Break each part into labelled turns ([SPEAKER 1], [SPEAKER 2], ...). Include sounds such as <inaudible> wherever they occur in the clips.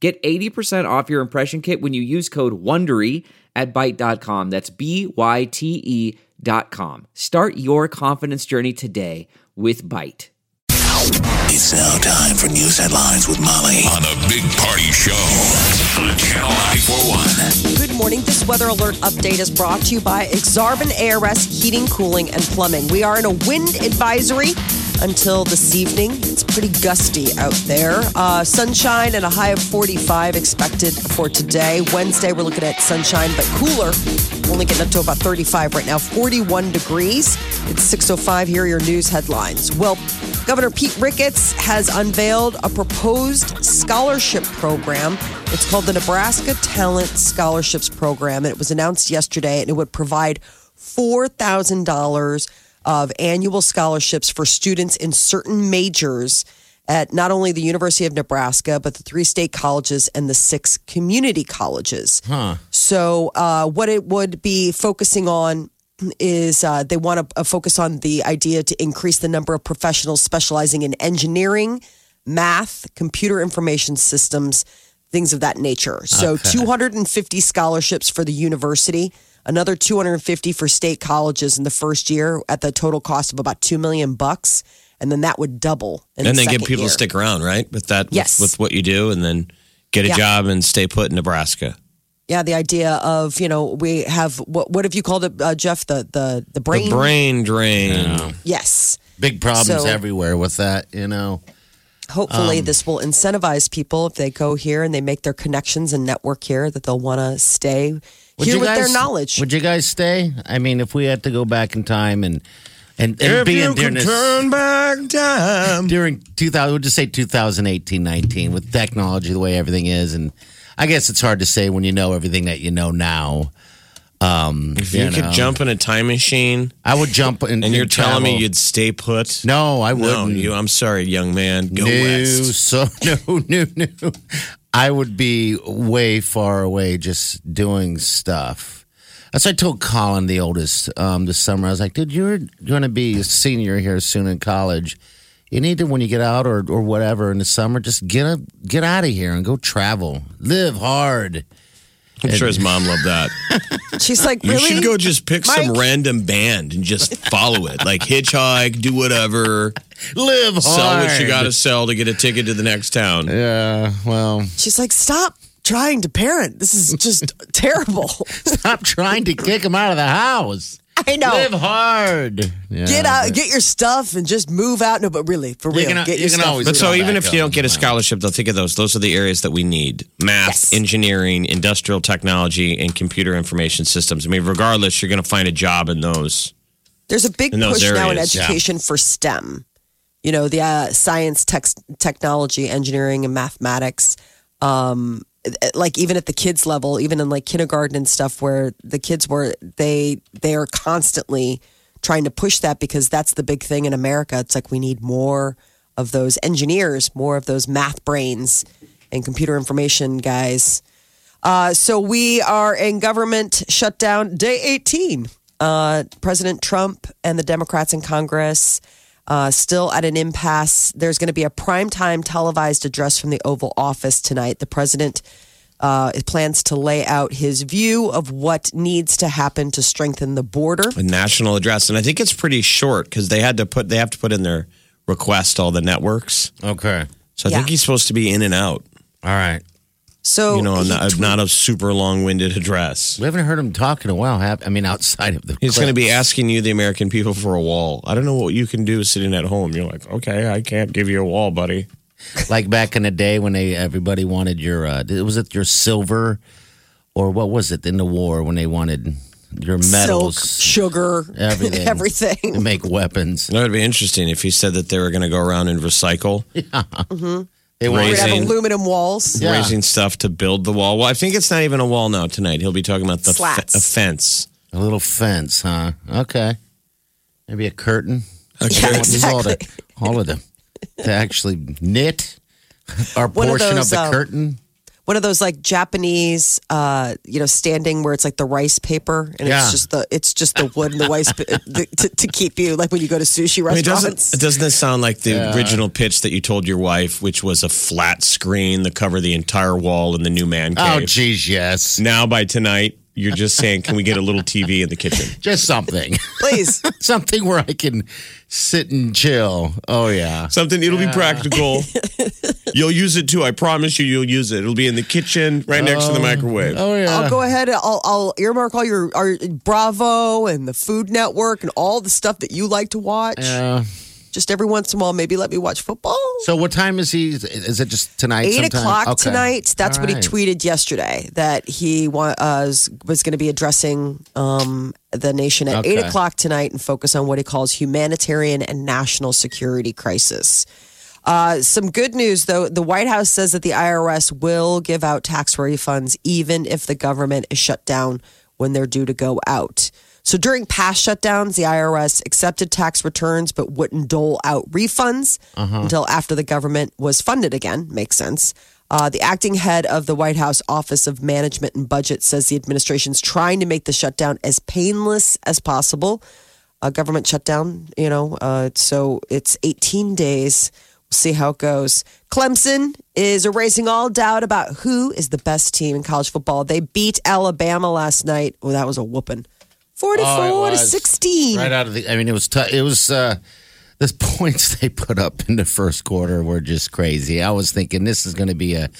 [SPEAKER 1] Get 80% off your impression kit when you use code WONDERY at Byte.com. That's b y t e dot com. Start your confidence journey today with Byte.
[SPEAKER 2] It's now time for news headlines with Molly on a big party show on Channel 941.
[SPEAKER 3] Good morning. This weather alert update is brought to you by Exarban ARS Heating, Cooling, and Plumbing. We are in a wind advisory until this evening. It's pretty gusty out there. Uh, sunshine and a high of 45 expected for today. Wednesday, we're looking at sunshine, but cooler. Only getting up to about 35 right now, 41 degrees. It's 6.05. Here are your news headlines. Well, Governor Pete Ricketts has unveiled a proposed scholarship program. It's called the Nebraska Talent Scholarships Program, and it was announced yesterday, and it would provide $4,000 of annual scholarships for students in certain majors at not only the University of Nebraska, but the three state colleges and the six community colleges. So, uh, what it would be focusing on is uh, they want to uh, focus on the idea to increase the number of professionals specializing in engineering, math, computer information systems, things of that nature. So, 250 scholarships for the university, another 250 for state colleges in the first year at the total cost of about 2 million bucks, and then that would double. In
[SPEAKER 4] and
[SPEAKER 3] the
[SPEAKER 4] then get
[SPEAKER 3] second
[SPEAKER 4] people
[SPEAKER 3] year.
[SPEAKER 4] to stick around, right? With that, with-
[SPEAKER 3] Yes.
[SPEAKER 4] with, what you do, and then get a
[SPEAKER 3] Yeah.
[SPEAKER 4] job and stay put in Nebraska.
[SPEAKER 3] Yeah, the idea of you know we have what what have you called it, uh, Jeff? The the the brain.
[SPEAKER 4] The brain drain.
[SPEAKER 3] Yes.
[SPEAKER 5] Big problems
[SPEAKER 3] So-
[SPEAKER 5] everywhere with that, you know. Um,
[SPEAKER 3] Hopefully, this will incentivize people if they go here and they make their connections and network here that they'll want to stay
[SPEAKER 5] Would
[SPEAKER 3] here
[SPEAKER 5] you
[SPEAKER 3] with
[SPEAKER 5] guys-
[SPEAKER 3] their knowledge.
[SPEAKER 5] Would you guys stay? I mean, if we had to go back in time and and, and be in during, this,
[SPEAKER 4] back time.
[SPEAKER 5] during 2000, we'll just say 2018, 19, with technology the way everything is, and I guess it's hard to say when you know everything that you know now. Um,
[SPEAKER 4] If you,
[SPEAKER 5] You
[SPEAKER 4] could
[SPEAKER 5] know.
[SPEAKER 4] jump in a time machine
[SPEAKER 5] I would jump in,
[SPEAKER 4] and you're telling me
[SPEAKER 5] travel.
[SPEAKER 4] you'd stay put,
[SPEAKER 5] no, I
[SPEAKER 4] no,
[SPEAKER 5] wouldn't.
[SPEAKER 4] you. I'm sorry, young man. Go
[SPEAKER 5] no,
[SPEAKER 4] west.
[SPEAKER 5] <laughs> so no, no, no. I would be way far away just doing stuff. That's what I told Colin, the oldest, um, this summer. I was like, dude, you're going to be a senior here soon in college. You need to, when you get out or, or whatever in the summer, just get a, get out of here and go travel. Live hard.
[SPEAKER 4] I'm sure his mom loved
[SPEAKER 5] <laughs>
[SPEAKER 4] that.
[SPEAKER 3] She's like,
[SPEAKER 4] You
[SPEAKER 3] really?
[SPEAKER 4] should go just pick some
[SPEAKER 3] Mike?
[SPEAKER 4] random band and just follow it, like hitchhike, do whatever,
[SPEAKER 5] Live hard.
[SPEAKER 4] sell what you got to sell to get a ticket to the next town.
[SPEAKER 5] Yeah, well,
[SPEAKER 3] She's like, stop trying to parent. This is just <laughs> terrible.
[SPEAKER 5] <laughs> stop trying to kick him out of the house.
[SPEAKER 3] I know.
[SPEAKER 5] Live hard.
[SPEAKER 3] Get
[SPEAKER 5] Yeah.
[SPEAKER 3] out, get your stuff, and just move out. No, but really, for real,
[SPEAKER 5] can-
[SPEAKER 3] get
[SPEAKER 5] you
[SPEAKER 3] your
[SPEAKER 5] can
[SPEAKER 3] stuff.
[SPEAKER 5] always-
[SPEAKER 4] But so
[SPEAKER 5] all
[SPEAKER 4] even
[SPEAKER 5] back
[SPEAKER 4] if you don't
[SPEAKER 5] up.
[SPEAKER 4] get a scholarship, they'll think of those. Those are the areas that we need: math,
[SPEAKER 3] Yes.
[SPEAKER 4] engineering, industrial technology, and computer information systems. I mean, regardless, you're going to find a job in those.
[SPEAKER 3] There's a big
[SPEAKER 4] in those
[SPEAKER 3] push now in
[SPEAKER 4] areas, yeah.
[SPEAKER 3] education for STEM. You know, the uh, science, tech, technology, engineering, and mathematics. Um, eh, like even at the kids level, even in like kindergarten and stuff, where the kids were they they are constantly trying to push that because that's the big thing in America. It's like we need more of those engineers, more of those math brains and computer information guys. Uh, so we are in government shutdown day 18. Uh, President Trump and the Democrats in Congress uh, still at an impasse. There's going to be a primetime televised address from the Oval Office tonight. The president uh, plans to lay out his view of what needs to happen to strengthen the border.
[SPEAKER 4] A national address, and I think it's pretty short because they had to put they have to put in their request all the networks.
[SPEAKER 5] Okay.
[SPEAKER 4] So I think
[SPEAKER 3] Yeah.
[SPEAKER 4] he's supposed to be in and out.
[SPEAKER 5] All right.
[SPEAKER 3] So
[SPEAKER 4] You know,
[SPEAKER 3] he
[SPEAKER 4] not,
[SPEAKER 3] tweeted-
[SPEAKER 4] not a super long winded address.
[SPEAKER 5] We haven't heard him talk in a while. Have, I mean, outside of the.
[SPEAKER 4] He's going to
[SPEAKER 5] clip.
[SPEAKER 4] be asking you, the American people, for a wall. I don't know what you can do sitting at home. You're like, okay, I can't give you a wall, buddy.
[SPEAKER 5] like back in the day when they everybody wanted your uh, was it your silver or what was it in the war when they wanted your
[SPEAKER 3] silk,
[SPEAKER 5] metals
[SPEAKER 3] sugar, <laughs>
[SPEAKER 5] everything to
[SPEAKER 3] everything. <laughs>
[SPEAKER 5] make weapons.
[SPEAKER 4] That would be interesting if he said that they were going to go around and recycle.
[SPEAKER 5] It
[SPEAKER 3] We'd
[SPEAKER 5] was
[SPEAKER 3] have
[SPEAKER 4] Raising-
[SPEAKER 3] aluminum walls.
[SPEAKER 5] Yeah.
[SPEAKER 4] raising stuff to build the wall. Well, I think it's not even a wall now tonight. He'll be talking about the
[SPEAKER 3] Slats.
[SPEAKER 4] fe- a fence.
[SPEAKER 5] a little fence, huh? Okay. Maybe a curtain.
[SPEAKER 3] Yeah, exactly.
[SPEAKER 5] All, all of them. To actually
[SPEAKER 3] <laughs>
[SPEAKER 5] knit our
[SPEAKER 3] One of
[SPEAKER 5] portion of,
[SPEAKER 3] those,
[SPEAKER 5] the
[SPEAKER 3] um,
[SPEAKER 5] curtain.
[SPEAKER 3] One of those like Japanese, uh, you know, standing where it's like the rice paper and
[SPEAKER 5] Yeah.
[SPEAKER 3] it's just the it's just the wood and the rice pa- the, to, to keep you like when you go to sushi
[SPEAKER 4] I mean,
[SPEAKER 3] restaurants.
[SPEAKER 4] doesn't doesn't this sound like the
[SPEAKER 5] Yeah.
[SPEAKER 4] original pitch that you told your wife, which was a flat screen that covered the entire wall in the new man
[SPEAKER 5] Oh,
[SPEAKER 4] cave?
[SPEAKER 5] geez, yes.
[SPEAKER 4] Now by tonight, you're just saying, can we get a little TV in the
[SPEAKER 5] <laughs>
[SPEAKER 4] kitchen?
[SPEAKER 5] Just something. <laughs>
[SPEAKER 3] Please.
[SPEAKER 5] something where I can sit and chill. Oh, yeah.
[SPEAKER 4] Something it'll be
[SPEAKER 5] <laughs>
[SPEAKER 4] practical. you'll use it too. I promise you, you'll use it. It'll be in the kitchen, right next to the microwave.
[SPEAKER 5] Oh, yeah.
[SPEAKER 3] I'll go ahead. and I'll, I'll earmark all your our Bravo and the Food Network and all the stuff that you like to watch.
[SPEAKER 5] Yeah.
[SPEAKER 3] Just every once in a while, maybe let me watch football.
[SPEAKER 5] So what time is he? Is it just tonight?
[SPEAKER 3] Eight
[SPEAKER 5] sometime?
[SPEAKER 3] o'clock
[SPEAKER 5] Okay.
[SPEAKER 3] tonight. That's
[SPEAKER 5] All
[SPEAKER 3] what he
[SPEAKER 5] right.
[SPEAKER 3] tweeted yesterday. That he wa- uh, was, was going to be addressing um, the nation at eight
[SPEAKER 5] Okay.
[SPEAKER 3] o'clock tonight and focus on what he calls humanitarian and national security crisis. Uh, some good news, though. The White House says that the IRS will give out tax refunds even if the government is shut down when they're due to go out. So during past shutdowns, the IRS accepted tax returns but wouldn't dole out refunds until after the government was funded again. Makes sense. Uh, the acting head of the White House Office of Management and Budget says the administration's trying to make the shutdown as painless as possible a government shutdown, you know. Uh, so it's 18 days. We'll see how it goes. Clemson is erasing all doubt about who is the best team in college football. They beat Alabama last night. Oh, that was a whooping. 44
[SPEAKER 5] Oh, it
[SPEAKER 3] to
[SPEAKER 5] was.
[SPEAKER 3] 16. <laughs>
[SPEAKER 5] Right out of the. I mean, it was. T- it was. uh the <laughs> points they put up in the first quarter were just crazy. I was thinking this is going to be a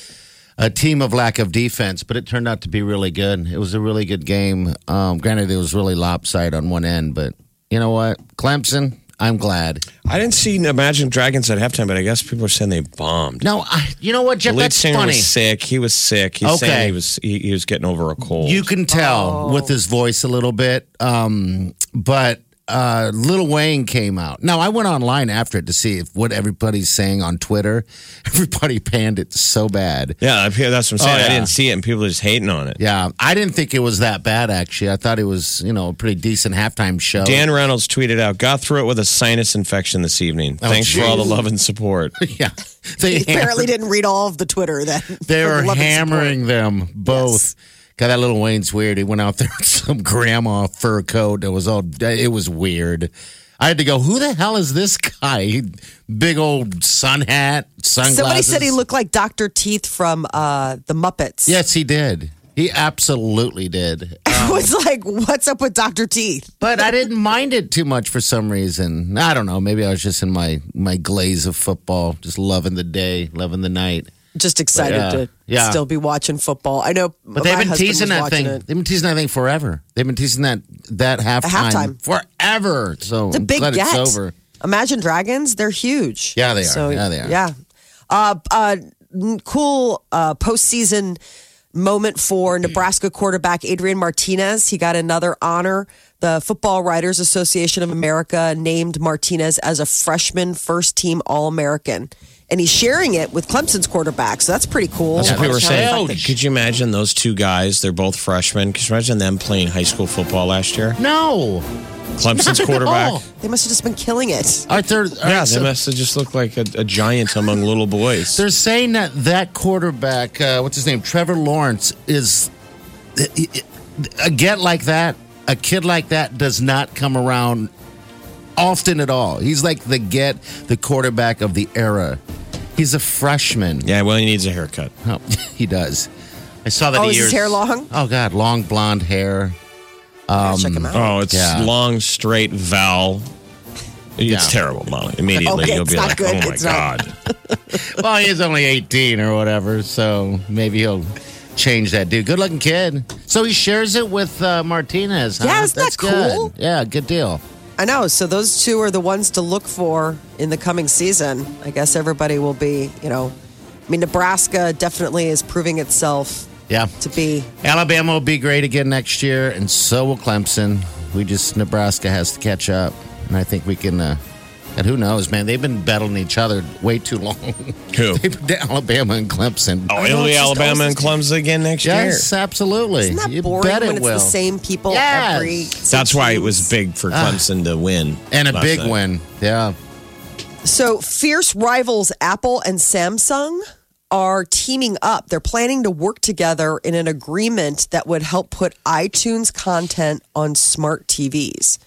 [SPEAKER 5] a team of lack of defense, but it turned out to be really good. It was a really good game. Um, granted, it was really lopsided on one end, but you know what, Clemson, I'm glad.
[SPEAKER 4] I didn't see Imagine Dragons at halftime, but I guess people are saying they bombed.
[SPEAKER 5] No, I, you know what,
[SPEAKER 4] The
[SPEAKER 5] Jeff,
[SPEAKER 4] lead
[SPEAKER 5] that's
[SPEAKER 4] singer
[SPEAKER 5] funny.
[SPEAKER 4] was sick. He was sick. He's
[SPEAKER 5] Okay.
[SPEAKER 4] saying he was he, he was getting over a cold.
[SPEAKER 5] You can
[SPEAKER 3] Oh.
[SPEAKER 5] tell with his voice a little bit. Um, but uh, Little Wayne came out. Now I went online after it to see if what everybody's saying on Twitter. <laughs> Everybody panned it so bad.
[SPEAKER 4] yeah, I- that's what I'm saying.
[SPEAKER 5] Oh, yeah.
[SPEAKER 4] I didn't see it, and people are just hating on it.
[SPEAKER 5] Yeah, I didn't think it was that bad actually. I thought it was you know a pretty decent halftime show.
[SPEAKER 4] Dan Reynolds tweeted out, "Got through it with a sinus infection this evening. Thanks for all the
[SPEAKER 5] geez.
[SPEAKER 4] love and support."
[SPEAKER 5] <laughs> Oh, <laughs> yeah, <laughs> they
[SPEAKER 3] He apparently
[SPEAKER 5] hammered-
[SPEAKER 3] didn't read all of the Twitter then.
[SPEAKER 5] They
[SPEAKER 3] <laughs> For
[SPEAKER 5] were
[SPEAKER 3] the love and support.
[SPEAKER 5] hammering them both.
[SPEAKER 3] Yes.
[SPEAKER 5] God, that little Wayne's weird. He went out there in <laughs> some grandma fur coat. It was all. It was weird. I had to go. Who the hell is this guy? He- Big old sun hat, sunglasses.
[SPEAKER 3] Somebody said he looked like Dr. Teeth from uh, The Muppets.
[SPEAKER 5] Yes, he did. He absolutely did.
[SPEAKER 3] <laughs> I was like, what's up with Dr. Teeth?
[SPEAKER 5] But I
[SPEAKER 3] <laughs>
[SPEAKER 5] didn't mind it too much for some reason. I don't know. Maybe I was just in my my glaze of football, just loving the day, loving the night.
[SPEAKER 3] Just excited
[SPEAKER 5] Yeah.
[SPEAKER 3] to
[SPEAKER 5] Yeah.
[SPEAKER 3] still be watching football. I know.
[SPEAKER 5] But they've been teasing that thing.
[SPEAKER 3] It.
[SPEAKER 5] They've been teasing that thing forever. They've been teasing that that halftime,
[SPEAKER 3] halftime.
[SPEAKER 5] forever. So
[SPEAKER 3] It's a
[SPEAKER 5] I'm
[SPEAKER 3] big
[SPEAKER 5] glad
[SPEAKER 3] get.
[SPEAKER 5] it's over.
[SPEAKER 3] Imagine Dragons, they're huge.
[SPEAKER 5] Yeah, they are. Yeah, they are.
[SPEAKER 3] Yeah. Uh, uh, n- cool uh, postseason moment
[SPEAKER 5] Mm-hmm.
[SPEAKER 3] for Nebraska quarterback Adrian Martinez. He got another honor. The Football Writers Association of America named Martinez as a freshman first team All American. And he's sharing it with Clemson's quarterback. So that's pretty cool.
[SPEAKER 4] That's what
[SPEAKER 5] Yeah,
[SPEAKER 4] people were
[SPEAKER 5] that's
[SPEAKER 4] saying.
[SPEAKER 5] huge.
[SPEAKER 4] Could you imagine those two guys? They're both freshmen. Could you imagine them playing high school football last
[SPEAKER 5] <laughs>
[SPEAKER 4] year?
[SPEAKER 5] No,
[SPEAKER 4] Clemson's
[SPEAKER 5] Not at
[SPEAKER 4] quarterback.
[SPEAKER 5] all.
[SPEAKER 3] They must have just been killing it.
[SPEAKER 5] All right, they're,
[SPEAKER 4] Yeah, they
[SPEAKER 5] so
[SPEAKER 4] must have just looked like a, a giant among little boys.
[SPEAKER 5] they're saying that that quarterback, uh, what's his name, Trevor Lawrence, is a get like that. A kid like that does not come around often at all. He's like the get, the quarterback of the era. He's a freshman.
[SPEAKER 4] Yeah, well, he needs a haircut.
[SPEAKER 5] Oh, <laughs> he does. I saw that.
[SPEAKER 3] Oh,
[SPEAKER 5] he
[SPEAKER 3] is his
[SPEAKER 5] years-
[SPEAKER 3] hair long?
[SPEAKER 5] Oh God, long blonde hair. Um,
[SPEAKER 3] Check him out.
[SPEAKER 4] Oh, it's
[SPEAKER 5] Yeah.
[SPEAKER 4] long, straight vowel.
[SPEAKER 5] Yeah.
[SPEAKER 4] It's terrible, Molly. Immediately,
[SPEAKER 3] Okay,
[SPEAKER 4] you'll
[SPEAKER 3] it's
[SPEAKER 4] be
[SPEAKER 3] not
[SPEAKER 4] like,
[SPEAKER 3] good.
[SPEAKER 4] "Oh my
[SPEAKER 3] It's not- <laughs>
[SPEAKER 4] god!"
[SPEAKER 5] well, he is only eighteen or whatever, so maybe he'll change that dude. Good looking kid. So he shares it with uh, Martinez. Huh?
[SPEAKER 3] Yeah, isn't
[SPEAKER 5] That's
[SPEAKER 3] that cool?
[SPEAKER 5] Good. Yeah, good deal.
[SPEAKER 3] I know. So those two are the ones to look for in the coming season. I guess everybody will be, you know, I mean, Nebraska definitely is proving itself
[SPEAKER 5] Yeah,
[SPEAKER 3] to be.
[SPEAKER 5] Alabama will be great again next year, and so will Clemson. We just Nebraska has to catch up, and I think we can. Uh, And who knows, man? They've been battling each other way too long. <laughs>
[SPEAKER 4] Who?
[SPEAKER 5] They've been Alabama and Clemson.
[SPEAKER 4] Oh,
[SPEAKER 3] know,
[SPEAKER 4] it'll
[SPEAKER 3] it's just
[SPEAKER 4] be Alabama
[SPEAKER 3] always
[SPEAKER 4] and Clemson again next
[SPEAKER 5] yes,
[SPEAKER 4] year.
[SPEAKER 5] absolutely.
[SPEAKER 3] Isn't that
[SPEAKER 5] you
[SPEAKER 3] boring
[SPEAKER 5] bet it
[SPEAKER 3] when it's
[SPEAKER 5] will.
[SPEAKER 3] the same people
[SPEAKER 5] Yes.
[SPEAKER 3] every?
[SPEAKER 4] That's why it was big
[SPEAKER 3] Ah.
[SPEAKER 4] for Clemson to win.
[SPEAKER 5] And a
[SPEAKER 4] last
[SPEAKER 5] big
[SPEAKER 4] night.
[SPEAKER 5] win. Yeah.
[SPEAKER 3] So fierce rivals Apple and Samsung are teaming up. They're planning to work together in an agreement that would help put iTunes content on smart TVs.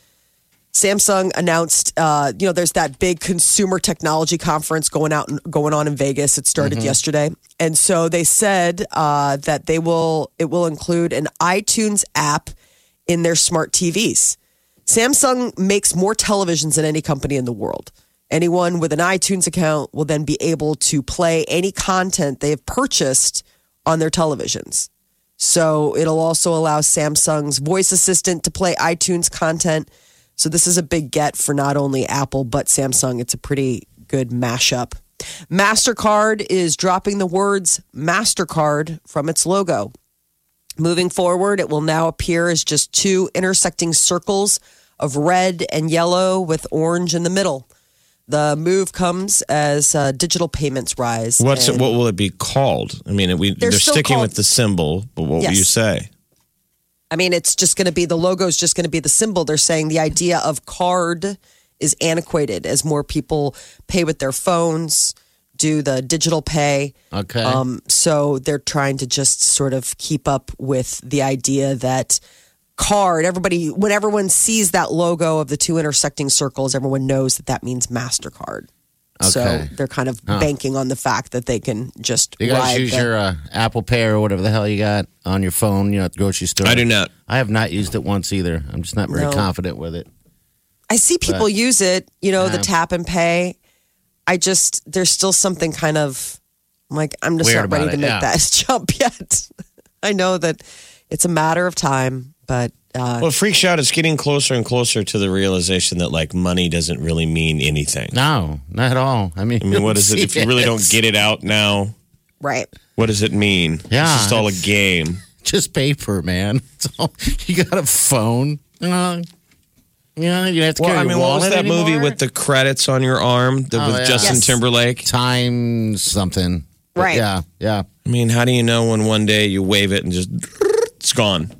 [SPEAKER 3] Samsung announced, uh, you know, there's that big consumer technology conference going out and going on in Vegas. It started yesterday, and so they said uh, that they will it will include an iTunes app in their smart TVs. Samsung makes more televisions than any company in the world. Anyone with an iTunes account will then be able to play any content they have purchased on their televisions. So it'll also allow Samsung's voice assistant to play iTunes content. So this is a big get for not only Apple but Samsung. It's a pretty good mashup. MasterCard is dropping the words MasterCard from its logo. Moving forward, it will now appear as just two intersecting circles of red and yellow with orange in the middle. The move comes as uh, digital payments rise.
[SPEAKER 4] What's
[SPEAKER 3] and-
[SPEAKER 4] what will it be called? I mean, we,
[SPEAKER 3] They're
[SPEAKER 4] they're,
[SPEAKER 3] still
[SPEAKER 4] sticking
[SPEAKER 3] called-
[SPEAKER 4] with the symbol, but what
[SPEAKER 3] Yes.
[SPEAKER 4] will you say?
[SPEAKER 3] I mean, it's just going to be the logo is just going to be the symbol. They're saying the idea of card is antiquated as more people pay with their phones, do the digital pay.
[SPEAKER 5] Okay.
[SPEAKER 3] Um, so they're trying to just sort of keep up with the idea that card, everybody, when everyone sees that logo of the two intersecting circles, everyone knows that that means MasterCard. So
[SPEAKER 5] Okay.
[SPEAKER 3] they're kind of banking on the fact that they can just
[SPEAKER 5] you guys
[SPEAKER 3] ride
[SPEAKER 5] use
[SPEAKER 3] the-
[SPEAKER 5] your uh, Apple Pay or whatever the hell you got on your phone, you know, at the grocery store.
[SPEAKER 4] I do not.
[SPEAKER 5] I have not used it once either. I'm just not very
[SPEAKER 3] No.
[SPEAKER 5] confident with it.
[SPEAKER 3] I see people use it, you know, the
[SPEAKER 5] Yeah.
[SPEAKER 3] tap and pay. I just there's still something kind of I'm like I'm just
[SPEAKER 5] Weird
[SPEAKER 3] not ready
[SPEAKER 5] about
[SPEAKER 3] to
[SPEAKER 5] it,
[SPEAKER 3] make
[SPEAKER 5] yeah.
[SPEAKER 3] that <laughs> jump yet. I know that it's a matter of time, but uh,
[SPEAKER 4] Well, it freaks you out. It's getting closer and closer to the realization that like money doesn't really mean anything.
[SPEAKER 5] No, not at all. I mean,
[SPEAKER 4] I mean, what
[SPEAKER 5] <laughs>
[SPEAKER 4] is it if you really don't get it out now?
[SPEAKER 3] right.
[SPEAKER 4] What does it mean?
[SPEAKER 5] Yeah,
[SPEAKER 4] it's just all a
[SPEAKER 5] it's-
[SPEAKER 4] game.
[SPEAKER 5] Just paper, man. <laughs> It's all, you got a phone. Uh, yeah, you have to
[SPEAKER 4] Well,
[SPEAKER 5] carry
[SPEAKER 4] I mean,
[SPEAKER 5] your
[SPEAKER 4] what
[SPEAKER 5] wallet
[SPEAKER 4] was that
[SPEAKER 5] anymore?
[SPEAKER 4] movie with the credits on your arm that
[SPEAKER 5] Oh,
[SPEAKER 4] with
[SPEAKER 5] yeah.
[SPEAKER 4] Justin
[SPEAKER 3] Yes.
[SPEAKER 4] Timberlake?
[SPEAKER 5] time something? But
[SPEAKER 3] Right.
[SPEAKER 5] Yeah, yeah.
[SPEAKER 4] I mean, how do you know when one day you wave it and just it's gone?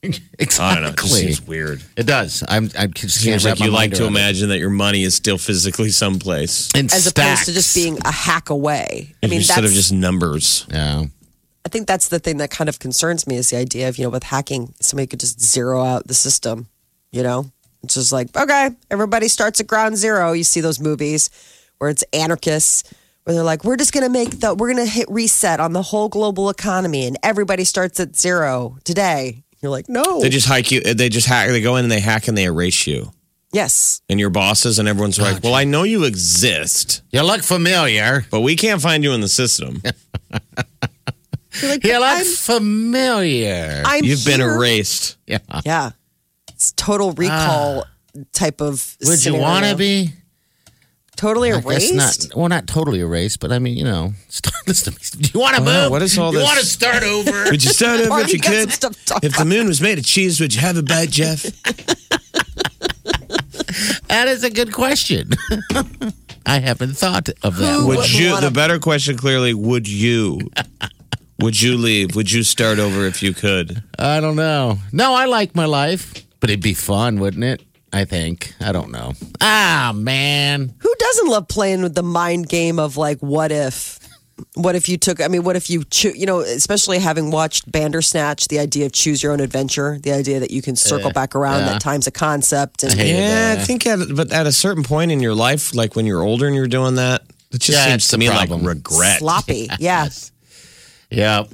[SPEAKER 4] I don't know. It just
[SPEAKER 5] Exactly.
[SPEAKER 4] seems weird.
[SPEAKER 5] It does. I'm. I just can't
[SPEAKER 4] Seems
[SPEAKER 5] wrap
[SPEAKER 4] like
[SPEAKER 5] my
[SPEAKER 4] you like
[SPEAKER 5] mind
[SPEAKER 4] to
[SPEAKER 5] around it.
[SPEAKER 4] imagine that your money is still physically someplace
[SPEAKER 5] In
[SPEAKER 3] As opposed to
[SPEAKER 5] stacks.
[SPEAKER 3] just being a hack away. I mean,
[SPEAKER 4] instead
[SPEAKER 3] that's
[SPEAKER 4] of just numbers.
[SPEAKER 5] Yeah.
[SPEAKER 3] I think that's the thing that kind of concerns me is the idea of you know with hacking somebody could just zero out the system. You know, it's just like okay, everybody starts at ground zero. You see those movies where it's anarchists where they're like, we're just gonna make the we're gonna hit reset on the whole global economy and everybody starts at zero today. You're like, no,
[SPEAKER 4] They just hike you. They just hack. They go in and they hack and they erase you
[SPEAKER 3] yes,
[SPEAKER 4] and your bosses and everyone's like, "Well, I know you exist,
[SPEAKER 5] You look familiar.
[SPEAKER 4] but we can't find you in the system.
[SPEAKER 3] you're like,
[SPEAKER 5] You
[SPEAKER 3] "But
[SPEAKER 5] look
[SPEAKER 3] I'm,
[SPEAKER 5] familiar.
[SPEAKER 3] <laughs> I'm
[SPEAKER 4] You've been
[SPEAKER 3] here."
[SPEAKER 4] erased."
[SPEAKER 5] <laughs> yeah.
[SPEAKER 3] Yeah, it's total recall type of.
[SPEAKER 5] Ah. Would you
[SPEAKER 3] scenario.
[SPEAKER 5] want to be?
[SPEAKER 3] totally
[SPEAKER 5] I guess
[SPEAKER 3] erased?
[SPEAKER 5] not. Well, not totally erased, but I mean, you know, <laughs> start this. Do you want to
[SPEAKER 4] Wow,
[SPEAKER 5] move?
[SPEAKER 4] Oh, what is all
[SPEAKER 5] you
[SPEAKER 4] this?
[SPEAKER 5] want to
[SPEAKER 4] <laughs>
[SPEAKER 5] start over?
[SPEAKER 4] Would you start over if
[SPEAKER 3] Marty
[SPEAKER 4] you
[SPEAKER 3] got
[SPEAKER 4] could?
[SPEAKER 3] some stuff to talk
[SPEAKER 4] If the moon was made of cheese, would you have a
[SPEAKER 3] <laughs>
[SPEAKER 4] bite, Jeff?
[SPEAKER 5] that is a good question. <laughs> I haven't thought of
[SPEAKER 4] <gasps>
[SPEAKER 5] that. one.
[SPEAKER 4] Would you? The better question, clearly, would you? Would you leave? Would you start over if you could?
[SPEAKER 5] I don't know. No, I like my life, but it'd be fun, wouldn't it? I think. I don't know. Ah, man.
[SPEAKER 3] Who doesn't love playing with the mind game of like, what if? What if you took? I mean, what if you choose? You know, especially having watched Bandersnatch, the idea of choose your own adventure, the idea that you can circle back around
[SPEAKER 5] Eh, yeah.
[SPEAKER 3] that time's a concept, and
[SPEAKER 5] hate
[SPEAKER 4] Yeah, I think. At, but at a certain point in your life, like when you're older and you're doing that, it just
[SPEAKER 5] Yeah,
[SPEAKER 4] seems
[SPEAKER 5] it's
[SPEAKER 4] to
[SPEAKER 5] the
[SPEAKER 4] me
[SPEAKER 5] problem.
[SPEAKER 4] like regret.
[SPEAKER 5] <laughs>
[SPEAKER 3] sloppy. Yeah,
[SPEAKER 5] Yeah.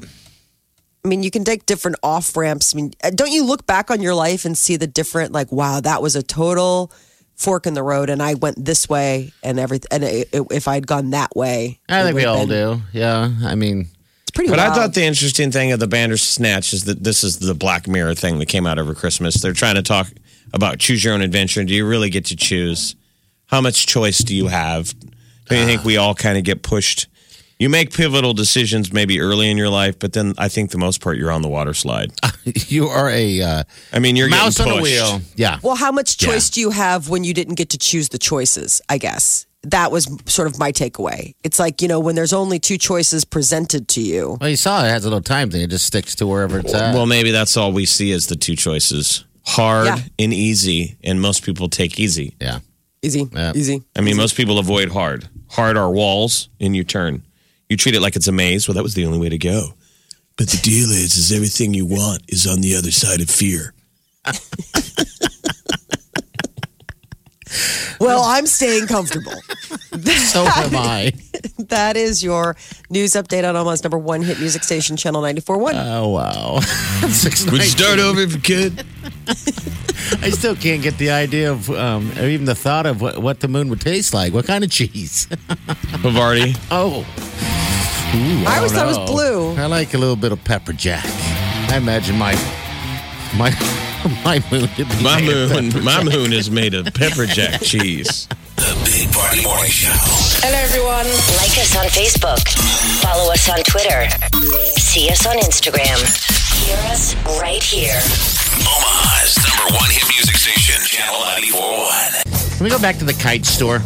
[SPEAKER 3] I mean, you can take different off ramps. I mean, uh, don't you look back on your life and see the different? Like, wow, that was a total fork in the road, and I went this way, and everything. And it, it, if I'd gone that way,
[SPEAKER 5] I
[SPEAKER 3] it
[SPEAKER 5] think we
[SPEAKER 3] would've
[SPEAKER 5] all
[SPEAKER 3] been-
[SPEAKER 5] do. Yeah. I mean, <laughs>
[SPEAKER 3] It's pretty.
[SPEAKER 4] But I
[SPEAKER 3] wild.
[SPEAKER 4] thought the interesting thing of the Bandersnatch is that this is the Black Mirror thing that came out over Christmas. They're trying to talk about choose your own adventure. Do you really get to choose? How much choice do you have? Do you think we all kind of get pushed? You make pivotal decisions maybe early in your life, but then I think the most part you're on the water slide.
[SPEAKER 5] you are a uh,
[SPEAKER 4] I mean, you're
[SPEAKER 5] mouse on
[SPEAKER 4] getting
[SPEAKER 5] a
[SPEAKER 4] pushed.
[SPEAKER 5] wheel. Yeah.
[SPEAKER 3] Well, how much choice do you have when you didn't get to choose the choices? I guess that was sort of my takeaway. It's like, you know, when there's only two choices presented to you.
[SPEAKER 5] Well, you saw it has a little time thing. It just sticks to wherever it's at.
[SPEAKER 4] Well, maybe that's all we see as the two choices: hard
[SPEAKER 3] Yeah.
[SPEAKER 4] and easy. And most people take easy.
[SPEAKER 5] yeah.
[SPEAKER 3] Easy,
[SPEAKER 5] Yeah.
[SPEAKER 3] easy.
[SPEAKER 4] I mean, most people avoid hard. Hard are walls, and you turn. You treat it like it's a maze. Well, that was the only way to go. But the deal is, is everything you want is on the other side of fear.
[SPEAKER 3] Well, I'm staying comfortable. <laughs>
[SPEAKER 5] So am I.
[SPEAKER 3] that is your news update on Omaha's number one hit music station, Channel 94.1.
[SPEAKER 4] Uh,
[SPEAKER 5] Oh wow. Six
[SPEAKER 4] Would you
[SPEAKER 5] nights.
[SPEAKER 4] start over if you could?
[SPEAKER 5] I still can't get the idea of, um, or even the thought of what, what the moon would taste like. What kind of cheese? <laughs>
[SPEAKER 4] Bavardi.
[SPEAKER 5] Oh. Ooh,
[SPEAKER 3] I always
[SPEAKER 5] don't
[SPEAKER 3] thought it was blue.
[SPEAKER 5] I like a little bit of pepper jack. I imagine my my <laughs> my moon to be
[SPEAKER 4] My
[SPEAKER 5] made of
[SPEAKER 4] moon,
[SPEAKER 5] pepper
[SPEAKER 4] my
[SPEAKER 5] jack.
[SPEAKER 4] moon is made of pepper jack cheese.
[SPEAKER 2] The Big Party Morning Show.
[SPEAKER 6] Hello, everyone.
[SPEAKER 7] Like us on Facebook. Follow us on Twitter. See us on Instagram. Hear us right here.
[SPEAKER 2] Omaha's number one hit music station, Channel 941.
[SPEAKER 5] Can we go back to the kite store?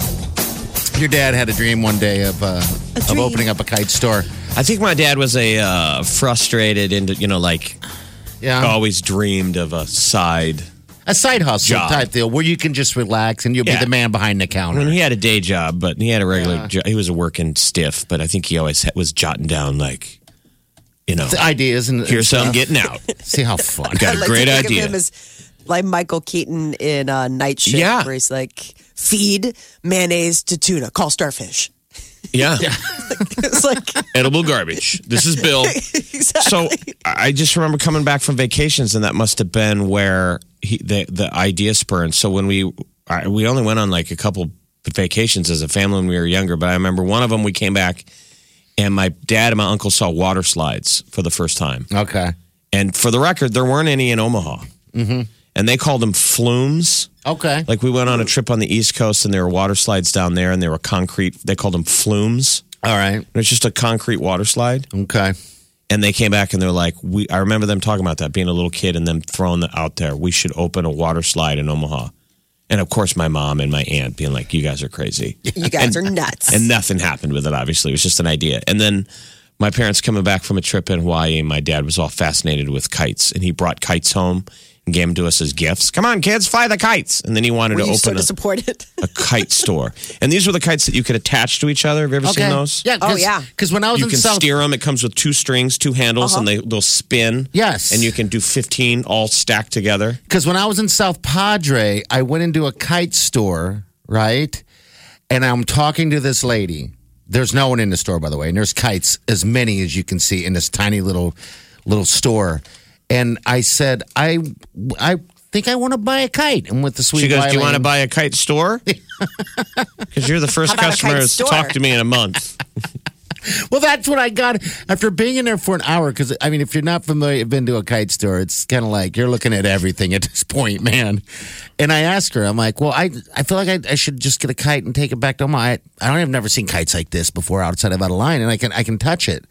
[SPEAKER 5] Your dad had a dream one day of uh, of
[SPEAKER 3] dream.
[SPEAKER 5] opening up a kite store.
[SPEAKER 4] I think my dad was a uh, frustrated and you know like
[SPEAKER 5] Yeah.
[SPEAKER 4] always dreamed of a side.
[SPEAKER 5] a side hustle
[SPEAKER 4] Job.
[SPEAKER 5] type deal where you can just relax and you'll
[SPEAKER 4] Yeah.
[SPEAKER 5] be the man behind the
[SPEAKER 4] I mean,
[SPEAKER 5] counter.
[SPEAKER 4] he had a day job, but he had a regular. job. He was a working stiff, but I think he always ha- was jotting down like, you know,
[SPEAKER 5] The ideas and
[SPEAKER 4] here's how I'm getting <laughs> out.
[SPEAKER 5] See how fun.
[SPEAKER 4] Got
[SPEAKER 3] I
[SPEAKER 4] a
[SPEAKER 3] like
[SPEAKER 4] great
[SPEAKER 3] to think
[SPEAKER 4] idea.
[SPEAKER 3] Of him as like Michael Keaton in uh, Night Shift,
[SPEAKER 4] Yeah.
[SPEAKER 3] where he's like, feed mayonnaise to tuna, call starfish. <laughs>
[SPEAKER 4] yeah.
[SPEAKER 3] It's like, <laughs>
[SPEAKER 4] edible garbage. This is Bill. <laughs> So I I just remember coming back from vacations, and that must have been where he, the the idea spurned. So when we I, we only went on like a couple vacations as a family when we were younger, but I remember one of them we came back, and my dad and my uncle saw water slides for the first time.
[SPEAKER 5] Okay.
[SPEAKER 4] And for the record, there weren't any in Omaha, mm-hmm. and they called them flumes.
[SPEAKER 5] Okay.
[SPEAKER 4] Like we went on a trip on the East Coast, and there were water slides down there, and they were concrete. They called them flumes.
[SPEAKER 5] All right.
[SPEAKER 4] And it's just a concrete water slide
[SPEAKER 5] Okay.
[SPEAKER 4] and they came back and they're like, "We." I remember them talking about that, being a little kid, and them throwing that out there. We should open a water slide in Omaha, and of course, my mom and my aunt being like, "You guys are crazy,"
[SPEAKER 3] <laughs> you guys are nuts.
[SPEAKER 4] and nothing happened with it. Obviously, it was just an idea. And then my parents coming back from a trip in Hawaii, and my dad was all fascinated with kites, and he brought kites home and gave them to us as gifts. Come on, kids, fly the kites! And then he wanted
[SPEAKER 3] were
[SPEAKER 4] to
[SPEAKER 3] you so
[SPEAKER 4] open a,
[SPEAKER 3] disappointed?
[SPEAKER 4] a kite store, and these were the kites that you could attach to each other. Have you ever seen those?
[SPEAKER 5] Yeah.
[SPEAKER 3] Oh,
[SPEAKER 5] Cause,
[SPEAKER 3] yeah.
[SPEAKER 5] Because when I was
[SPEAKER 4] You
[SPEAKER 5] in
[SPEAKER 4] can steer 'em.
[SPEAKER 5] South,
[SPEAKER 4] steer them. It comes with two strings, two handles, and they they'll spin.
[SPEAKER 5] Yes.
[SPEAKER 4] and you can do fifteen all stacked together.
[SPEAKER 5] because when I was in South Padre, I went into a kite store, right? And I'm talking to this lady. There's no one in the store, by the way, and there's kites as many as you can see in this tiny little little store. And I said, I I think I want to buy a kite. And with the sweet,
[SPEAKER 4] She goes, "Do you
[SPEAKER 5] Wiley
[SPEAKER 4] want to
[SPEAKER 5] and-
[SPEAKER 4] buy a kite store?" Because you're the first
[SPEAKER 3] about a
[SPEAKER 4] customer
[SPEAKER 3] kite
[SPEAKER 4] who's
[SPEAKER 3] store?
[SPEAKER 4] talked to me in a month.
[SPEAKER 5] Well, that's what I got after being in there for an hour. Because I mean, if you're not familiar, been to a kite store, it's kind of like you're looking at everything at <laughs> this point, man. And I asked her, I'm like, well, I I feel like I, I should just get a kite and take it back to Omaha. I, I don't have never seen kites like this before outside of out of line, and I can I can touch it.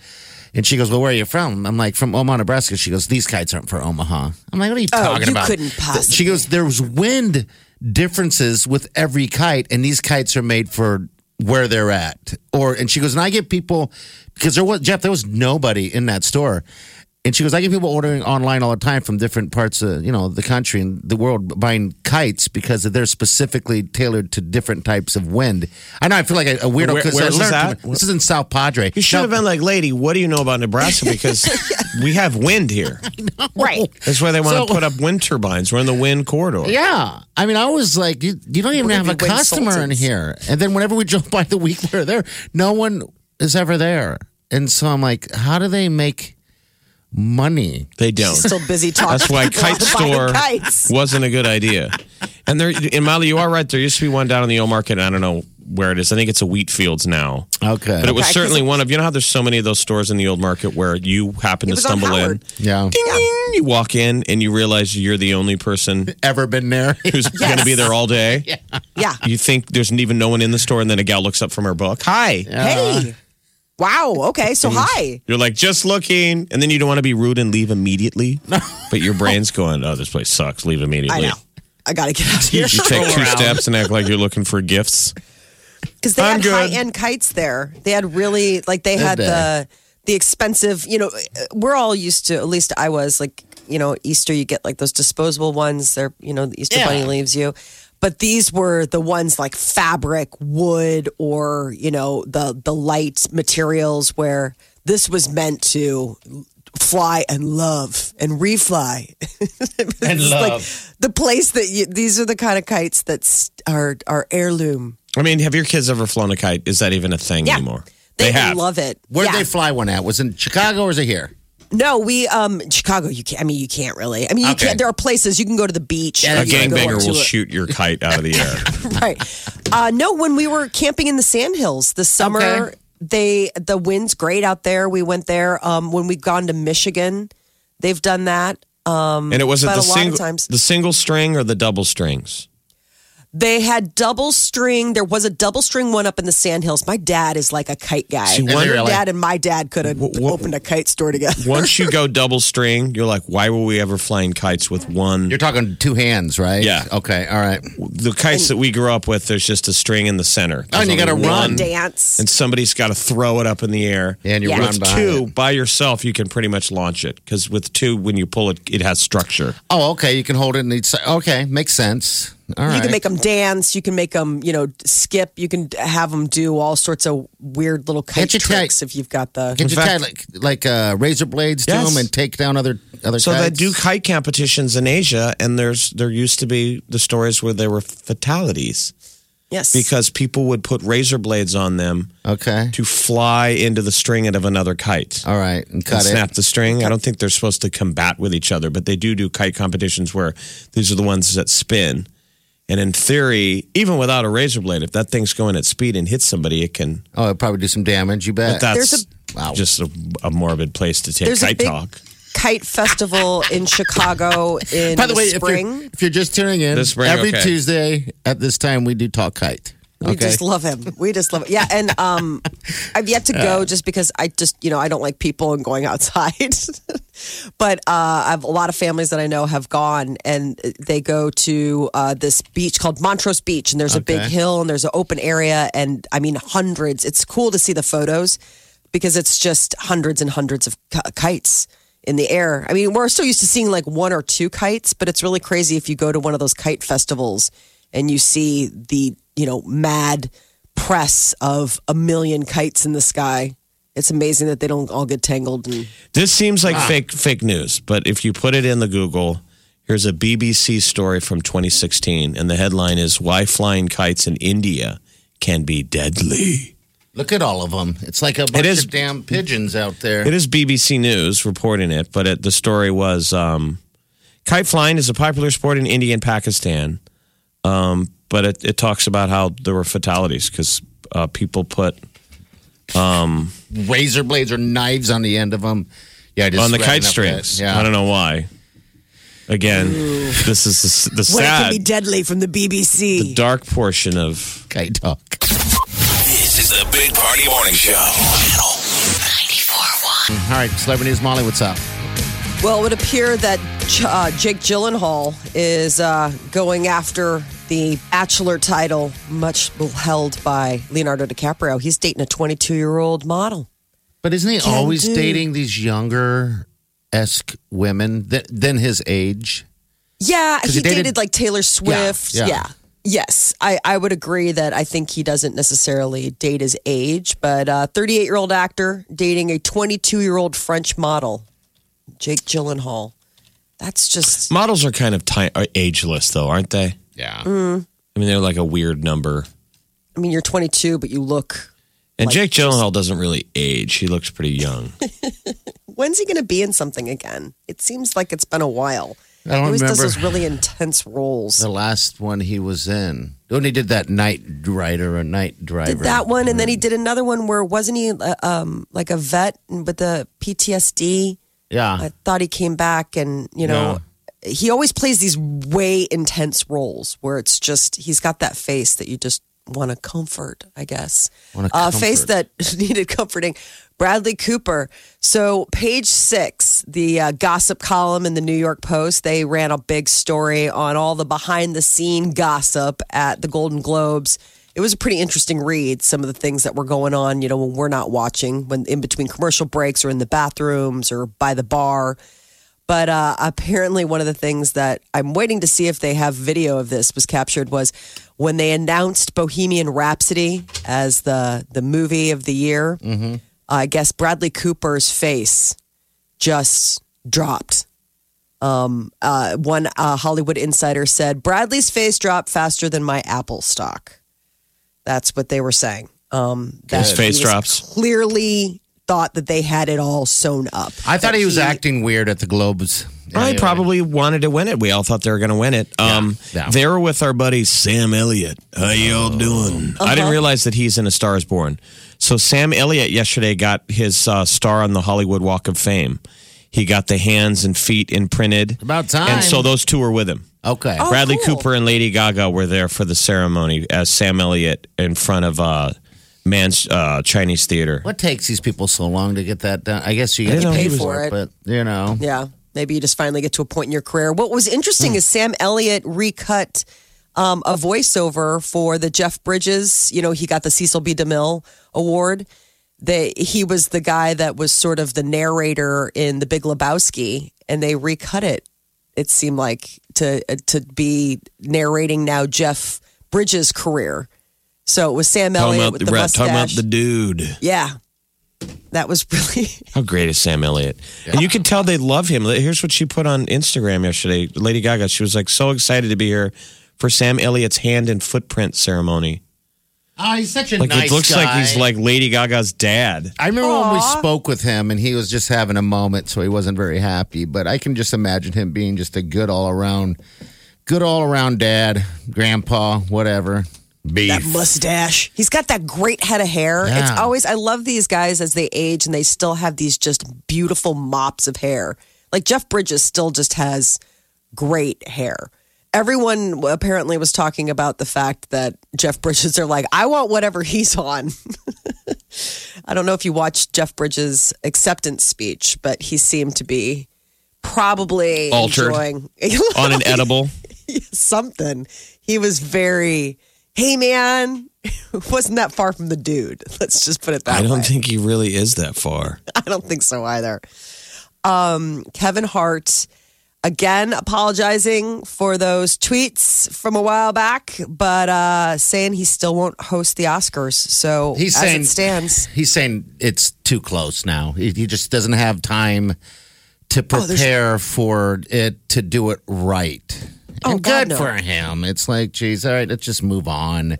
[SPEAKER 5] And she goes, well, where are you from? I'm like, from Omaha, Nebraska. She goes, these kites aren't for Omaha. I'm like, what are you talking
[SPEAKER 3] Oh, you
[SPEAKER 5] about?
[SPEAKER 3] couldn't possibly.
[SPEAKER 5] She goes, there was wind differences with every kite, and these kites are made for where they're at. Or and she goes, and I get people because there was Jeff, there was nobody in that store. And she goes, I get people ordering online all the time from different parts of you know the country and the world buying kites because they're specifically tailored to different types of wind. I know I feel like a, a weirdo
[SPEAKER 4] Where-
[SPEAKER 5] because
[SPEAKER 4] where
[SPEAKER 5] I
[SPEAKER 4] was
[SPEAKER 5] learned
[SPEAKER 4] that?
[SPEAKER 5] from- this is in South Padre.
[SPEAKER 4] You should have been like, "Lady, what do you know about Nebraska? Because we have wind here.
[SPEAKER 5] right.
[SPEAKER 4] That's why they want to
[SPEAKER 5] So-
[SPEAKER 4] put up wind turbines. We're in the wind corridor."
[SPEAKER 5] Yeah. I mean, I was like, you, you don't even have a
[SPEAKER 3] gonna be wind
[SPEAKER 5] customer in
[SPEAKER 3] sultans.
[SPEAKER 5] here. And then whenever we <laughs> drove by the week we were there, no one is ever there. And so I'm like, how do they make money?
[SPEAKER 4] They don't.
[SPEAKER 3] Still busy talking. <laughs>
[SPEAKER 4] That's why
[SPEAKER 3] to people
[SPEAKER 4] kite
[SPEAKER 3] about
[SPEAKER 4] store
[SPEAKER 3] Kites.
[SPEAKER 4] wasn't a good idea. And there, in Molly, you are right. There used to be one down in the old market. I don't know where it is. I think it's a wheat fields now.
[SPEAKER 5] Okay.
[SPEAKER 4] But it
[SPEAKER 3] Okay,
[SPEAKER 4] was
[SPEAKER 3] 'cause
[SPEAKER 4] certainly
[SPEAKER 3] it-
[SPEAKER 4] one of you know how there's so many of those stores in the old market where you happen
[SPEAKER 3] It
[SPEAKER 4] to
[SPEAKER 3] was on
[SPEAKER 4] stumble in.
[SPEAKER 3] Howard.
[SPEAKER 5] yeah.
[SPEAKER 4] Ding, ding, you walk in and you realize you're the only person
[SPEAKER 5] Ever been there? <laughs>
[SPEAKER 3] <laughs>
[SPEAKER 4] who's going to be there all day.
[SPEAKER 3] Yeah.
[SPEAKER 4] You think there's even no one in the store, and then a gal looks up from her book. Hi.
[SPEAKER 3] Hey. Wow. Okay. So hi.
[SPEAKER 4] You're like, just looking. And then you don't want to be rude and leave immediately. But your brain's going, oh, this place sucks. Leave
[SPEAKER 3] I
[SPEAKER 4] immediately.
[SPEAKER 3] know. I gotta get out of here
[SPEAKER 4] You take two steps and act like you're looking for gifts.
[SPEAKER 3] because they
[SPEAKER 4] I'm
[SPEAKER 3] had
[SPEAKER 4] good.
[SPEAKER 3] high end kites there. They had really like they had
[SPEAKER 5] they?
[SPEAKER 3] the the expensive. You know, we're all used to. At least I was like, you know, Easter you get like those disposable ones. They're you know the Easter bunny leaves you. But these were the ones like fabric, wood, or you know the the light materials where this was meant to fly and love and refly <laughs> and love. the place that you, these are the kind of kites that st- are are heirloom
[SPEAKER 4] I mean, have your kids ever flown a kite? Is that even a thing
[SPEAKER 3] Yeah.
[SPEAKER 4] anymore?
[SPEAKER 3] They,
[SPEAKER 4] have.
[SPEAKER 3] love it.
[SPEAKER 5] Where'd
[SPEAKER 3] Yeah.
[SPEAKER 5] they fly one at? Was it in Chicago or is it here?
[SPEAKER 3] no, we um Chicago. You can't. I mean, you can't really. I mean, you
[SPEAKER 5] Okay.
[SPEAKER 3] can't. There are places you can go to the beach.
[SPEAKER 5] Yeah,
[SPEAKER 4] a
[SPEAKER 3] or you can go
[SPEAKER 4] gangbanger
[SPEAKER 3] up to
[SPEAKER 4] will
[SPEAKER 3] a-
[SPEAKER 4] shoot your kite out of the air.
[SPEAKER 3] <laughs> Right. Uh, no, when we were camping in the Sandhills this summer,
[SPEAKER 5] Okay.
[SPEAKER 3] they the wind's great out there. We went there um, when we've gone to Michigan. They've done that. Um,
[SPEAKER 4] And it was it
[SPEAKER 3] But
[SPEAKER 4] the
[SPEAKER 3] a lot of
[SPEAKER 4] single,
[SPEAKER 3] times-
[SPEAKER 4] the single string or the double strings?
[SPEAKER 3] they had double string. There was a double string one up in the Sandhills. My dad is like a kite guy.
[SPEAKER 4] See,
[SPEAKER 3] Your
[SPEAKER 4] one-
[SPEAKER 5] Really?
[SPEAKER 3] dad and my dad could have
[SPEAKER 4] Wh- wh-
[SPEAKER 3] opened a kite store together.
[SPEAKER 4] Once you go double string, you're like, why were we ever flying kites with one?
[SPEAKER 5] You're talking two hands, right?
[SPEAKER 4] Yeah.
[SPEAKER 5] Okay. All right.
[SPEAKER 4] The kites that we grew up with, there's just a string in the center.
[SPEAKER 5] Oh, and you
[SPEAKER 4] There's
[SPEAKER 5] gotta
[SPEAKER 4] only
[SPEAKER 5] run.
[SPEAKER 4] one,
[SPEAKER 3] <laughs> Dance.
[SPEAKER 4] And somebody's got to throw it up in the air.
[SPEAKER 5] And you
[SPEAKER 3] Yeah.
[SPEAKER 4] with
[SPEAKER 5] run behind
[SPEAKER 4] two
[SPEAKER 5] it.
[SPEAKER 4] by yourself, you can pretty much launch it because with two, when you pull it, it has structure.
[SPEAKER 5] Oh, okay. You can hold it in each side. Okay. Makes sense. All right.
[SPEAKER 3] You can make them dance. You can make them, you know, skip. You can have them do all sorts of weird little kite
[SPEAKER 5] Can't you take-
[SPEAKER 3] tricks if you've got the.
[SPEAKER 5] Can you
[SPEAKER 4] fact-
[SPEAKER 5] tie like, like uh, razor blades to
[SPEAKER 4] Yes.
[SPEAKER 5] them and take down other other
[SPEAKER 4] So they
[SPEAKER 5] kites?
[SPEAKER 4] do kite competitions in Asia, and there's there used to be the stories where there were fatalities
[SPEAKER 3] yes.
[SPEAKER 4] because people would put razor blades on them
[SPEAKER 5] Okay.
[SPEAKER 4] to fly into the string end of another kite.
[SPEAKER 5] All right. And
[SPEAKER 4] and
[SPEAKER 5] cut Oh, it.
[SPEAKER 4] snap the string. I don't think they're supposed to combat with each other, but they do do kite competitions where these are the ones that spin. And in theory, even without a razor blade, if that thing's going at speed and hits somebody, it can.
[SPEAKER 5] Oh, it'd probably do some damage. You
[SPEAKER 4] But
[SPEAKER 5] bet.
[SPEAKER 4] that's
[SPEAKER 5] a- Wow.
[SPEAKER 4] just a, a morbid place to take
[SPEAKER 3] There's a
[SPEAKER 4] kite
[SPEAKER 3] big-
[SPEAKER 4] talk.
[SPEAKER 3] Kite festival in Chicago in
[SPEAKER 5] By the way, if
[SPEAKER 3] spring.
[SPEAKER 5] you're, if you're just tuning in,
[SPEAKER 4] This spring,
[SPEAKER 5] every
[SPEAKER 4] okay.
[SPEAKER 5] Tuesday at this time we do talk kite.
[SPEAKER 3] We just love him. We just love it. Yeah, and um, I've yet to go just because I just you know I don't like people and going <laughs> outside. but uh, I have a lot of families that I know have gone and they go to uh, this beach called Montrose Beach, and there's a big
[SPEAKER 5] Okay.
[SPEAKER 3] hill and there's an open area, and I mean hundreds. It's cool to see the photos because it's just hundreds and hundreds of ki- kites. In the air. I mean, we're so used to seeing like one or two kites, but it's really crazy if you go to one of those kite festivals and you see the you know mad press of a million kites in the sky. It's amazing that they don't all get tangled. And
[SPEAKER 4] This seems like fake fake news, but if you put it in the Google, here's a BBC story from 2016, and the headline is "Why Flying Kites in India Can Be Deadly."
[SPEAKER 5] Look at all of them. It's like a bunch
[SPEAKER 4] is-
[SPEAKER 5] of damn pigeons out there.
[SPEAKER 4] It is BBC News reporting it, but it, the story was um, kite flying is a popular sport in India and Pakistan. Um, but it, it talks about how there were fatalities because uh, people put
[SPEAKER 5] razor blades or knives on the end of them. Yeah, I just
[SPEAKER 4] on the
[SPEAKER 5] read
[SPEAKER 4] kite
[SPEAKER 5] enough of that.
[SPEAKER 4] strings.
[SPEAKER 5] Yeah.
[SPEAKER 4] I don't know why. Again, this is the, s- the
[SPEAKER 3] when it can
[SPEAKER 4] sad,
[SPEAKER 3] be deadly from the BBC.
[SPEAKER 4] dark portion of
[SPEAKER 5] Kite talk.
[SPEAKER 2] This is the Big Party Morning Show. Channel 94.1.
[SPEAKER 5] All right, celebrity news, Molly. What's up?
[SPEAKER 3] well, it would appear that J- uh, Jake Gyllenhaal is uh, going after the Bachelor title, much held by Leonardo DiCaprio. He's dating a 22 year old model.
[SPEAKER 5] But isn't he
[SPEAKER 3] Can
[SPEAKER 5] always
[SPEAKER 3] do.
[SPEAKER 5] dating these younger esque women th- than his age?
[SPEAKER 3] Yeah, he,
[SPEAKER 5] he
[SPEAKER 3] dated,
[SPEAKER 5] dated-
[SPEAKER 3] like Taylor Swift. Yeah.
[SPEAKER 5] yeah.
[SPEAKER 3] Yes, I, I would agree that I think he doesn't necessarily date his age, but uh, 38 year old actor dating a 22 year old French model, Jake Gyllenhaal. That's just.
[SPEAKER 4] models are kind of ti are ageless though, aren't they?
[SPEAKER 5] Yeah.
[SPEAKER 4] I mean, they're like a weird number.
[SPEAKER 3] I mean, you're 22, but you look.
[SPEAKER 4] And
[SPEAKER 3] Like,
[SPEAKER 4] Jake Gyllenhaal doesn't really age. He looks pretty young.
[SPEAKER 3] When's he going to be in something again? It seems like it's been a while.
[SPEAKER 5] I don't
[SPEAKER 3] he always
[SPEAKER 5] remember.
[SPEAKER 3] does those really intense roles.
[SPEAKER 5] The last one he was in. When he did that night rider or night driver.
[SPEAKER 3] did that one, and then he
[SPEAKER 5] Mm.
[SPEAKER 3] did another one where wasn't he uh, um, like a vet with the PTSD?
[SPEAKER 5] Yeah.
[SPEAKER 3] I thought he came back, and you know, he always plays these way intense roles where it's just he's got that face that you just want to comfort, I guess.
[SPEAKER 5] Wanna
[SPEAKER 3] Uh, face
[SPEAKER 5] comfort.
[SPEAKER 3] that <laughs> needed comforting. Bradley Cooper. So, page six, the uh, gossip column in the New York Post, they ran a big story on all the behind the scene gossip at the Golden Globes. It was a pretty interesting read, some of the things that were going on, you know, when we're not watching, when in between commercial breaks or in the bathrooms or by the bar. But uh, apparently, one of the things that I'm waiting to see if they have video of this was captured was when they announced Bohemian Rhapsody as the the movie of the year.
[SPEAKER 4] Mm-hmm.
[SPEAKER 3] I guess Bradley Cooper's face just dropped. Um, uh, one uh, Hollywood insider said Bradley's face dropped faster than my Apple stock. That's what they were saying. Um, that
[SPEAKER 4] His face
[SPEAKER 3] he was
[SPEAKER 4] drops.
[SPEAKER 3] Clearly thought that they had it all sewn up.
[SPEAKER 5] I thought he was
[SPEAKER 3] He-
[SPEAKER 5] acting weird at the Globes.
[SPEAKER 4] I
[SPEAKER 5] Anyway.
[SPEAKER 4] probably wanted to win it. We all thought they were going to win it. Um,
[SPEAKER 5] yeah. Oh.
[SPEAKER 4] They were with our buddy Sam Elliott. How y'all doing? I
[SPEAKER 3] Uh-huh.
[SPEAKER 4] didn't realize that he's in A Star Is Born. So Sam Elliott yesterday got his uh, star on the Hollywood Walk of Fame. He got the hands and feet imprinted.
[SPEAKER 5] About time.
[SPEAKER 4] And so those two were with him.
[SPEAKER 5] Okay.
[SPEAKER 3] Oh,
[SPEAKER 4] Bradley
[SPEAKER 3] cool.
[SPEAKER 4] Cooper and Lady Gaga were there for the ceremony as Sam Elliott in front of uh, Man's uh, Chinese Theater.
[SPEAKER 5] What takes these people so long to get that done? I guess you
[SPEAKER 4] I
[SPEAKER 5] get
[SPEAKER 4] don't know.
[SPEAKER 5] paid
[SPEAKER 4] He
[SPEAKER 5] for
[SPEAKER 3] was-
[SPEAKER 5] it, but you know.
[SPEAKER 3] Yeah. Maybe you just finally get to a point in your career. What was interesting is Sam Elliott recut um, a voiceover for the Jeff Bridges. You know, he got the Cecil B. DeMille Award. They, he was the guy that was sort of the narrator in The Big Lebowski, and they recut it. It seemed like to to be narrating now Jeff Bridges' career. So it was Sam Elliott
[SPEAKER 4] Talking about
[SPEAKER 3] with
[SPEAKER 4] the,
[SPEAKER 3] the
[SPEAKER 4] rap- talking about
[SPEAKER 3] mustache.
[SPEAKER 4] the dude.
[SPEAKER 3] yeah, that was <laughs> really
[SPEAKER 4] How great is Sam Elliott? And you can tell they love him. Here's what she put on Instagram yesterday. Lady Gaga, she was like so excited to be here for Sam Elliott's hand and footprint ceremony.
[SPEAKER 5] Oh, he's such a
[SPEAKER 4] Like
[SPEAKER 5] nice
[SPEAKER 4] it looks like
[SPEAKER 5] guy.
[SPEAKER 4] he's like Lady Gaga's dad.
[SPEAKER 5] I remember when we spoke with him and he was just having a moment, so he wasn't very happy. But I can just imagine him being just a good all around, good all around dad, grandpa, whatever. Beef.
[SPEAKER 3] that mustache. He's got that great head of hair.
[SPEAKER 5] Yeah.
[SPEAKER 3] It's always I love these guys as they age and they still have these just beautiful mops of hair. Like Jeff Bridges still just has great hair. Everyone apparently was talking about the fact that Jeff <laughs> Bridges are like, I want whatever he's on. <laughs> I don't know if you watched Jeff Bridges' acceptance speech, but he seemed to be probably
[SPEAKER 4] Altered.
[SPEAKER 3] enjoying <laughs>
[SPEAKER 4] On an edible.
[SPEAKER 3] something. He was very, hey man, <laughs> wasn't that far from the dude. <laughs> Let's just put it that
[SPEAKER 4] I
[SPEAKER 3] way.
[SPEAKER 4] don't think he really is that far.
[SPEAKER 3] <laughs> I don't think so either. Um, Kevin Hart again apologizing for those tweets from a while back, but uh, saying he still won't host the Oscars. So
[SPEAKER 5] He's
[SPEAKER 3] as
[SPEAKER 5] saying
[SPEAKER 3] it stands,
[SPEAKER 5] He's saying it's too close now. He, he just doesn't have time to
[SPEAKER 3] Oh, there's-
[SPEAKER 5] prepare for it to do it right.
[SPEAKER 3] Oh,
[SPEAKER 5] and
[SPEAKER 3] God,
[SPEAKER 5] good
[SPEAKER 3] no.
[SPEAKER 5] for him. It's like, geez, all right, let's just move on.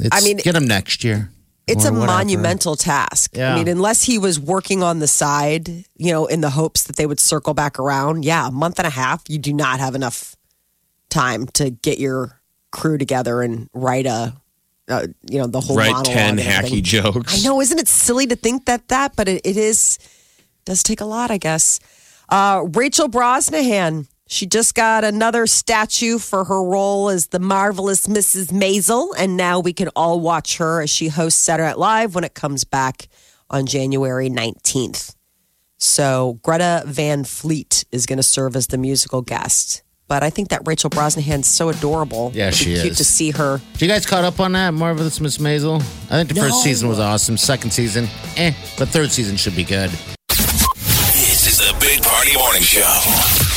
[SPEAKER 5] It's,
[SPEAKER 3] I mean-
[SPEAKER 5] get him next year.
[SPEAKER 3] it's
[SPEAKER 5] or
[SPEAKER 3] a
[SPEAKER 5] whatever.
[SPEAKER 3] monumental task.
[SPEAKER 5] Yeah.
[SPEAKER 3] I mean, unless he was working on the side, you know, in the hopes that they would circle back around. Yeah, a month and a half, you do not have enough time to get your crew together and write a, uh, you know, the whole
[SPEAKER 4] Right?
[SPEAKER 3] monologue and
[SPEAKER 4] 10 hacky
[SPEAKER 3] everything. I
[SPEAKER 4] jokes.
[SPEAKER 3] know, isn't it silly to think that that, but it, it is does take a lot, I guess. Uh, Rachel Brosnahan, she just got another statue for her role as the marvelous Mrs. Maisel, and now we can all watch her as she hosts Saturday Night Live when it comes back on January nineteenth. So Greta Van Fleet is going to serve as the musical guest. But I think that Rachel Brosnahan's so adorable.
[SPEAKER 5] Yeah,
[SPEAKER 3] It'd be
[SPEAKER 5] she
[SPEAKER 3] cute
[SPEAKER 5] is.
[SPEAKER 3] to see her.
[SPEAKER 5] You guys caught up on that marvelous Miss Maisel? I think the first season was awesome. Second season, eh? But third season should be good.
[SPEAKER 2] This is the Big Party Morning Show.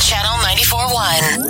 [SPEAKER 7] Channel 94.1.